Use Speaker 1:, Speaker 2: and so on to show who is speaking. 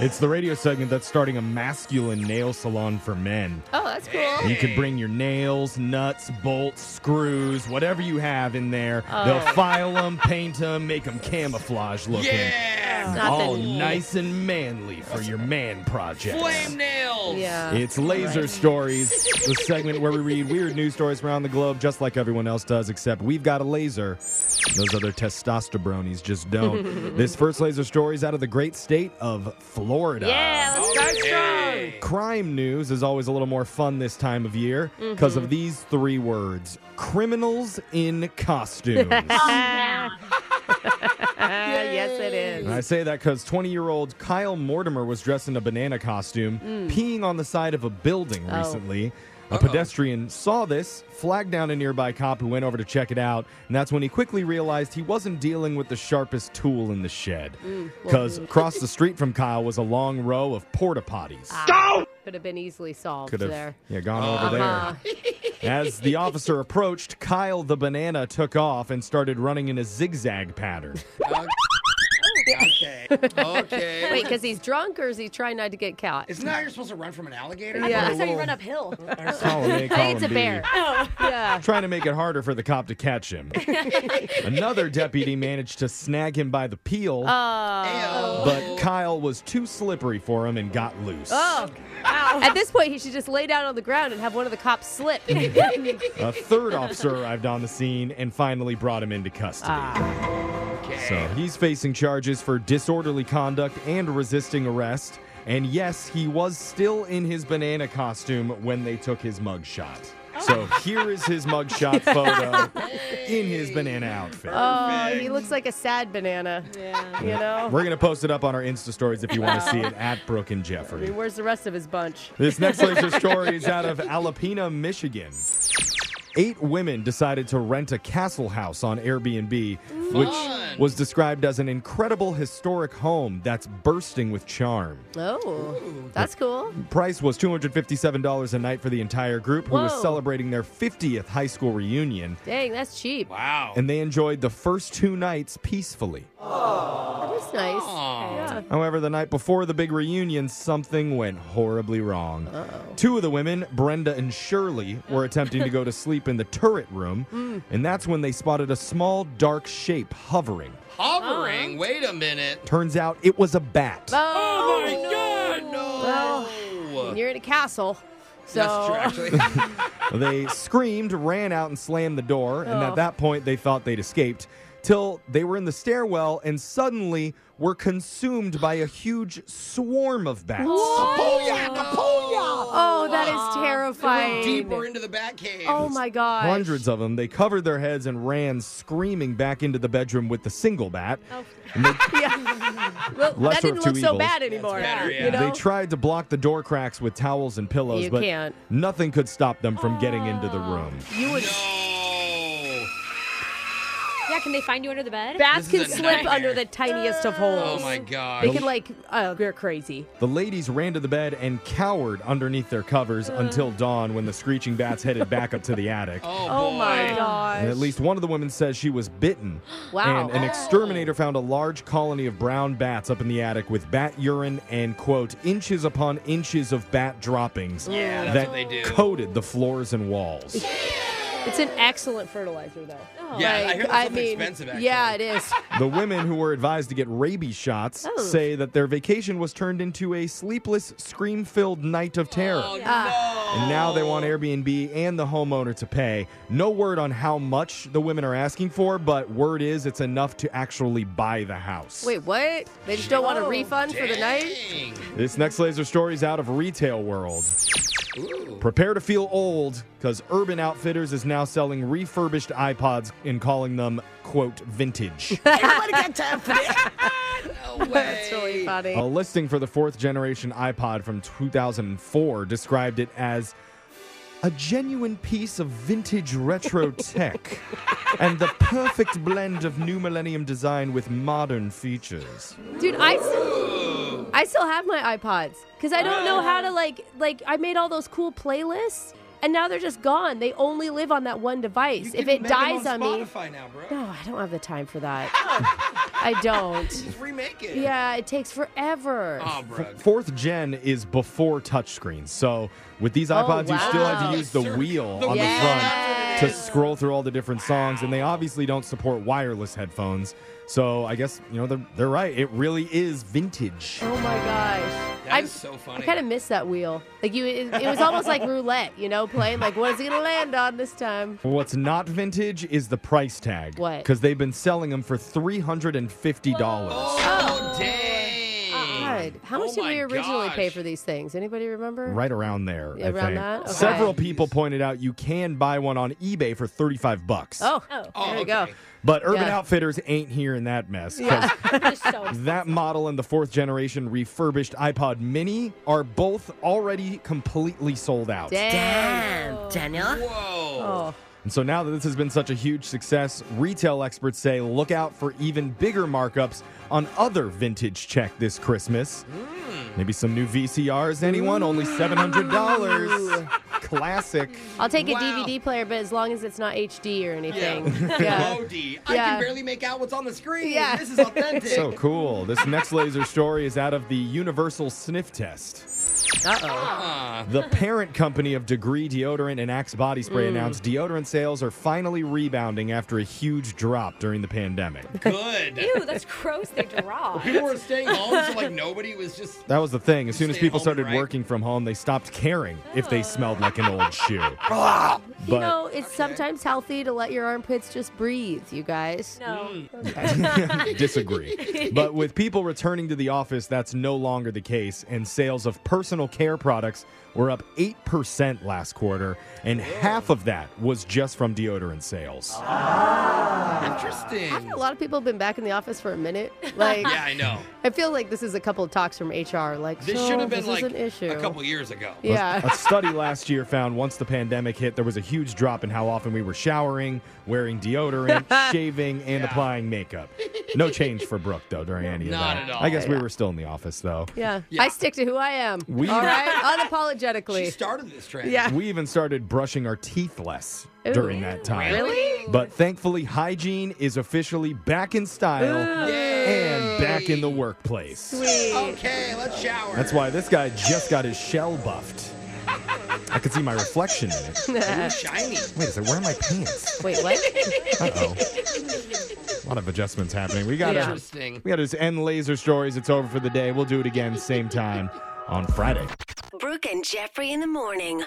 Speaker 1: It's the radio segment that's starting a masculine nail salon for men.
Speaker 2: Oh, that's cool.
Speaker 1: You can bring your nails, nuts, bolts, screws, whatever you have in there.
Speaker 2: Oh.
Speaker 1: They'll file them, paint them, make them camouflage looking.
Speaker 3: Yeah.
Speaker 2: Not
Speaker 1: All
Speaker 2: the-
Speaker 1: nice and manly for your man project.
Speaker 3: Flame nails.
Speaker 2: Yeah.
Speaker 1: It's Laser Stories, the segment where we read weird news stories from around the globe, just like everyone else does, except we've got a laser. Those other testosteronies just don't. this first laser story is out of the great state of Florida.
Speaker 2: yeah, let's start
Speaker 3: Hey.
Speaker 1: Crime news is always a little more fun this time of year
Speaker 2: Mm-hmm.
Speaker 1: because of these three words criminals in costumes.
Speaker 2: Um, strong. Uh, yes, it
Speaker 1: And
Speaker 2: is.
Speaker 1: I say that because 20 year old Kyle Mortimer was dressed in a banana costume, peeing on the side of a building
Speaker 2: Mm. Oh.
Speaker 1: recently. A pedestrian saw this, flagged down a nearby cop who went over to check it out, and that's when he quickly realized he wasn't dealing with the sharpest tool in the shed.
Speaker 2: Mm,
Speaker 1: Because across the street from Kyle was a long row of porta potties.
Speaker 2: Could have been easily solved
Speaker 1: Could have
Speaker 2: Ah, there.
Speaker 1: yeah, gone over there.
Speaker 2: Uh-huh.
Speaker 1: As the officer approached, Kyle the banana took off and started running in a zigzag pattern.
Speaker 3: Okay. Okay.
Speaker 2: Wait, because he's drunk or is he trying not to get caught?
Speaker 3: Isn't that how you're supposed to run from an alligator?
Speaker 2: Yeah.
Speaker 4: That's how you run uphill.
Speaker 1: Column A, column
Speaker 2: it's a
Speaker 1: B.
Speaker 2: bear. Oh. yeah.
Speaker 1: trying to make it harder for the cop to catch him. Another deputy managed to snag him by the peel,
Speaker 2: Oh.
Speaker 3: Ayo.
Speaker 1: but Kyle was too slippery for him and got loose.
Speaker 2: Oh. At this point, he should just lay down on the ground and have one of the cops slip. Oh,
Speaker 1: A third officer arrived on the scene and finally brought him into custody. So he's facing charges for disorderly conduct and resisting arrest. And yes, he was still in his banana costume when they took his mugshot. So here is his mugshot photo in his banana outfit.
Speaker 2: oh, he looks like a sad banana. Yeah. You know?
Speaker 1: We're going to post it up on our Insta stories if you want to see it at Brooke and
Speaker 2: I
Speaker 1: Jeffrey.
Speaker 2: mean, where's the rest of his bunch?
Speaker 1: This next laser story is out of Alapena, Michigan. Eight women decided to rent a castle house on Airbnb,
Speaker 3: Fun.
Speaker 1: which was described as an incredible historic home that's bursting with charm.
Speaker 2: Oh, that's cool.
Speaker 1: Price was $257 a night for the entire group, who was
Speaker 2: Whoa.
Speaker 1: celebrating their 50th high school reunion,
Speaker 2: Dang, that's cheap.
Speaker 3: Wow.
Speaker 1: and they enjoyed the first two nights peacefully.
Speaker 2: That's nice. Yeah.
Speaker 1: However, the night before the big reunion, something went horribly wrong. Two of the women, Brenda and Shirley, were attempting to go to sleep in the turret room, and that's when they spotted a small, dark shape hovering.
Speaker 3: Hovering. Wait a minute.
Speaker 1: Turns out it was a bat.
Speaker 2: Oh,
Speaker 3: No.
Speaker 2: you're in a castle. So
Speaker 3: That's true, actually.
Speaker 1: they screamed, ran out, and slammed the door, and
Speaker 2: Oh.
Speaker 1: at that point, they thought they'd escaped. Till they were in the stairwell and suddenly were consumed by a huge swarm of bats.
Speaker 2: Oh, that is terrifying.
Speaker 3: Deeper into the bat cave.
Speaker 2: oh my gosh.
Speaker 1: Hundreds of them. They covered their heads and ran screaming back into the bedroom with the single bat.
Speaker 2: Oh,
Speaker 1: And they,
Speaker 2: Yeah. Well,
Speaker 1: Lesser
Speaker 2: that
Speaker 1: of
Speaker 2: didn't
Speaker 1: two
Speaker 2: look so
Speaker 1: evils.
Speaker 2: bad anymore.
Speaker 3: That's better, yeah.
Speaker 2: You know?
Speaker 1: they tried to block the door cracks with towels and pillows,
Speaker 2: You
Speaker 1: but
Speaker 2: can't.
Speaker 1: nothing could stop them from getting into the room.
Speaker 2: you would.
Speaker 3: No.
Speaker 4: yeah, can they find you under the bed?
Speaker 2: Bats
Speaker 3: This
Speaker 2: can
Speaker 3: is a
Speaker 2: slip
Speaker 3: nightmare.
Speaker 2: under the tiniest of holes.
Speaker 3: Oh my
Speaker 2: They
Speaker 3: god.
Speaker 2: can like, oh, they're crazy.
Speaker 1: The ladies ran to the bed and cowered underneath their covers until dawn when the screeching bats headed back up to the attic.
Speaker 2: Uh.
Speaker 3: Oh,
Speaker 2: Oh
Speaker 3: boy.
Speaker 2: my
Speaker 1: And at
Speaker 2: gosh.
Speaker 1: least one of the women says she was bitten.
Speaker 2: Wow.
Speaker 1: And an
Speaker 2: Oh.
Speaker 1: exterminator found a large colony of brown bats up in the attic with bat urine and, quote, inches upon inches of bat droppings
Speaker 3: Yeah, that's
Speaker 1: that
Speaker 3: what they do.
Speaker 1: coated the floors and walls.
Speaker 2: It's an excellent fertilizer, though.
Speaker 3: Oh. yeah, I hear
Speaker 2: Like,
Speaker 3: that's
Speaker 2: I
Speaker 3: something
Speaker 2: mean,
Speaker 3: expensive actually.
Speaker 2: yeah, it is.
Speaker 1: the women who were advised to get rabies shots
Speaker 2: Oh.
Speaker 1: say that their vacation was turned into a sleepless, scream filled night of terror.
Speaker 3: Oh, no.
Speaker 1: And now they want Airbnb and the homeowner to pay. No word on how much the women are asking for, but word is it's enough to actually buy the house.
Speaker 2: Wait, what? They just don't want a refund for the night?
Speaker 3: Dang.
Speaker 1: This next laser story is out of retail world.
Speaker 3: Ooh.
Speaker 1: Prepare to feel old because Urban Outfitters is now selling refurbished iPods and calling them, quote, vintage.
Speaker 3: No way.
Speaker 2: That's really funny.
Speaker 1: A listing for the fourth generation iPod from 2004 described it as a genuine piece of vintage retro tech and the perfect blend of new millennium design with modern features.
Speaker 2: Dude, I, s- I still have my iPods because I don't know how to like like I made all those cool playlists and now they're just gone. They only live on that one device.
Speaker 3: You
Speaker 2: If
Speaker 3: can
Speaker 2: it
Speaker 3: make 'em
Speaker 2: dies on, me,
Speaker 3: Spotify now, bro.
Speaker 2: no, I don't have the time for that. I don't.
Speaker 3: Just remake it.
Speaker 2: Yeah, it takes forever.
Speaker 3: Oh, bro.
Speaker 1: Fourth gen is before touchscreens. So with these iPods, you still have
Speaker 2: Oh, wow.
Speaker 1: to use the
Speaker 3: Sure.
Speaker 1: wheel
Speaker 3: The
Speaker 1: on
Speaker 3: wheel.
Speaker 1: the front
Speaker 2: Yes.
Speaker 1: to scroll through all the different songs, and they obviously don't support wireless headphones. So I guess you know they're they're right. It really is vintage.
Speaker 2: Oh my gosh.
Speaker 3: That is so funny.
Speaker 2: I kind of miss that wheel. Like you, it, it was almost like roulette, you know, playing like what is it gonna land on this time?
Speaker 1: What's not vintage is the price tag.
Speaker 2: What?
Speaker 1: Because they've been selling them for three hundred and fifty dollars.
Speaker 3: Oh, dang.
Speaker 2: God, how
Speaker 3: Oh
Speaker 2: much did
Speaker 3: my
Speaker 2: we originally pay
Speaker 3: gosh.
Speaker 2: for these things? Anybody remember?
Speaker 1: Right around there,
Speaker 2: Yeah,
Speaker 1: I
Speaker 2: around
Speaker 1: think.
Speaker 2: that? Okay.
Speaker 1: Several people pointed out you can buy one on eBay for thirty-five bucks.
Speaker 2: Oh,
Speaker 4: Oh.
Speaker 2: there
Speaker 3: Oh,
Speaker 2: we go.
Speaker 3: okay.
Speaker 1: But Urban
Speaker 2: Yeah.
Speaker 1: Outfitters ain't here in that mess. 'cause
Speaker 4: Just so
Speaker 1: That model and the fourth generation refurbished iPod Mini are both already completely sold out.
Speaker 5: Damn, Daniel.
Speaker 3: Whoa.
Speaker 2: Oh,
Speaker 1: And so now that this has been such a huge success, retail experts say look out for even bigger markups on other vintage check this Christmas. Maybe some new VCRs, anyone? Only $700. Classic.
Speaker 2: I'll take a
Speaker 3: Wow.
Speaker 2: DVD player, but as long as it's not HD or anything.
Speaker 3: Yeah.
Speaker 2: Yeah.
Speaker 3: OD. I
Speaker 2: Yeah.
Speaker 3: can barely make out what's on the screen.
Speaker 2: Yeah.
Speaker 3: This is authentic.
Speaker 1: So cool. This next laser story is out of the Universal Sniff Test.
Speaker 3: Ah.
Speaker 1: The parent company of Degree Deodorant and Axe Body Spray announced deodorant sales are finally rebounding after a huge drop during the pandemic.
Speaker 3: good.
Speaker 4: Ew, that's gross. They draw.
Speaker 3: People were staying home, so like nobody was just.
Speaker 1: That was the thing. As soon as
Speaker 3: stay
Speaker 1: people
Speaker 3: home,
Speaker 1: started
Speaker 3: right?
Speaker 1: working from home, they stopped caring if they smelled like an old shoe.
Speaker 2: You
Speaker 1: But
Speaker 2: know, it's sometimes healthy to let your armpits just breathe, you guys.
Speaker 4: No.
Speaker 1: disagree. But with people returning to the office, that's no longer the case, and sales of personal care products were up 8% last quarter, and half of that was just from deodorant sales.
Speaker 3: Interesting.
Speaker 2: A lot of people have been back in the office for a minute. Like,
Speaker 3: Yeah, I know.
Speaker 2: I feel like this is a couple of talks from HR. Like,
Speaker 3: This
Speaker 2: so
Speaker 3: should have been
Speaker 2: this
Speaker 3: like
Speaker 2: is an issue.
Speaker 3: a couple years ago.
Speaker 1: A-
Speaker 2: yeah.
Speaker 1: A study last year found once the pandemic hit, there was a huge drop in how often we were showering, wearing deodorant, shaving, and
Speaker 3: Yeah.
Speaker 1: applying makeup. No change for Brooke, though, during any of
Speaker 3: Not
Speaker 1: that.
Speaker 3: at all.
Speaker 1: I guess we were still in the office, though.
Speaker 2: Yeah.
Speaker 3: Yeah.
Speaker 2: I stick to who I am.
Speaker 1: We-
Speaker 2: All right.
Speaker 3: She
Speaker 2: Unapologetically.
Speaker 3: started this trend.
Speaker 2: Yeah.
Speaker 1: We even started brushing our teeth less
Speaker 2: Ooh.
Speaker 1: during that time.
Speaker 2: Really?
Speaker 1: But thankfully, hygiene is officially back in style
Speaker 3: Yay.
Speaker 1: and back in the workplace.
Speaker 4: Oh,
Speaker 3: Okay, let's shower.
Speaker 1: That's why this guy just got his shell buffed. I could see my reflection in it.
Speaker 3: Ooh, shiny.
Speaker 1: Wait a second, where are my pants?
Speaker 2: Wait, what?
Speaker 1: Uh-oh. A lot of adjustments happening. We got
Speaker 2: Yeah.
Speaker 1: to
Speaker 3: Interesting.
Speaker 1: we got to just end laser stories. It's over for the day. We'll do it again same time on Friday.
Speaker 5: Brooke and Jeffrey in the morning.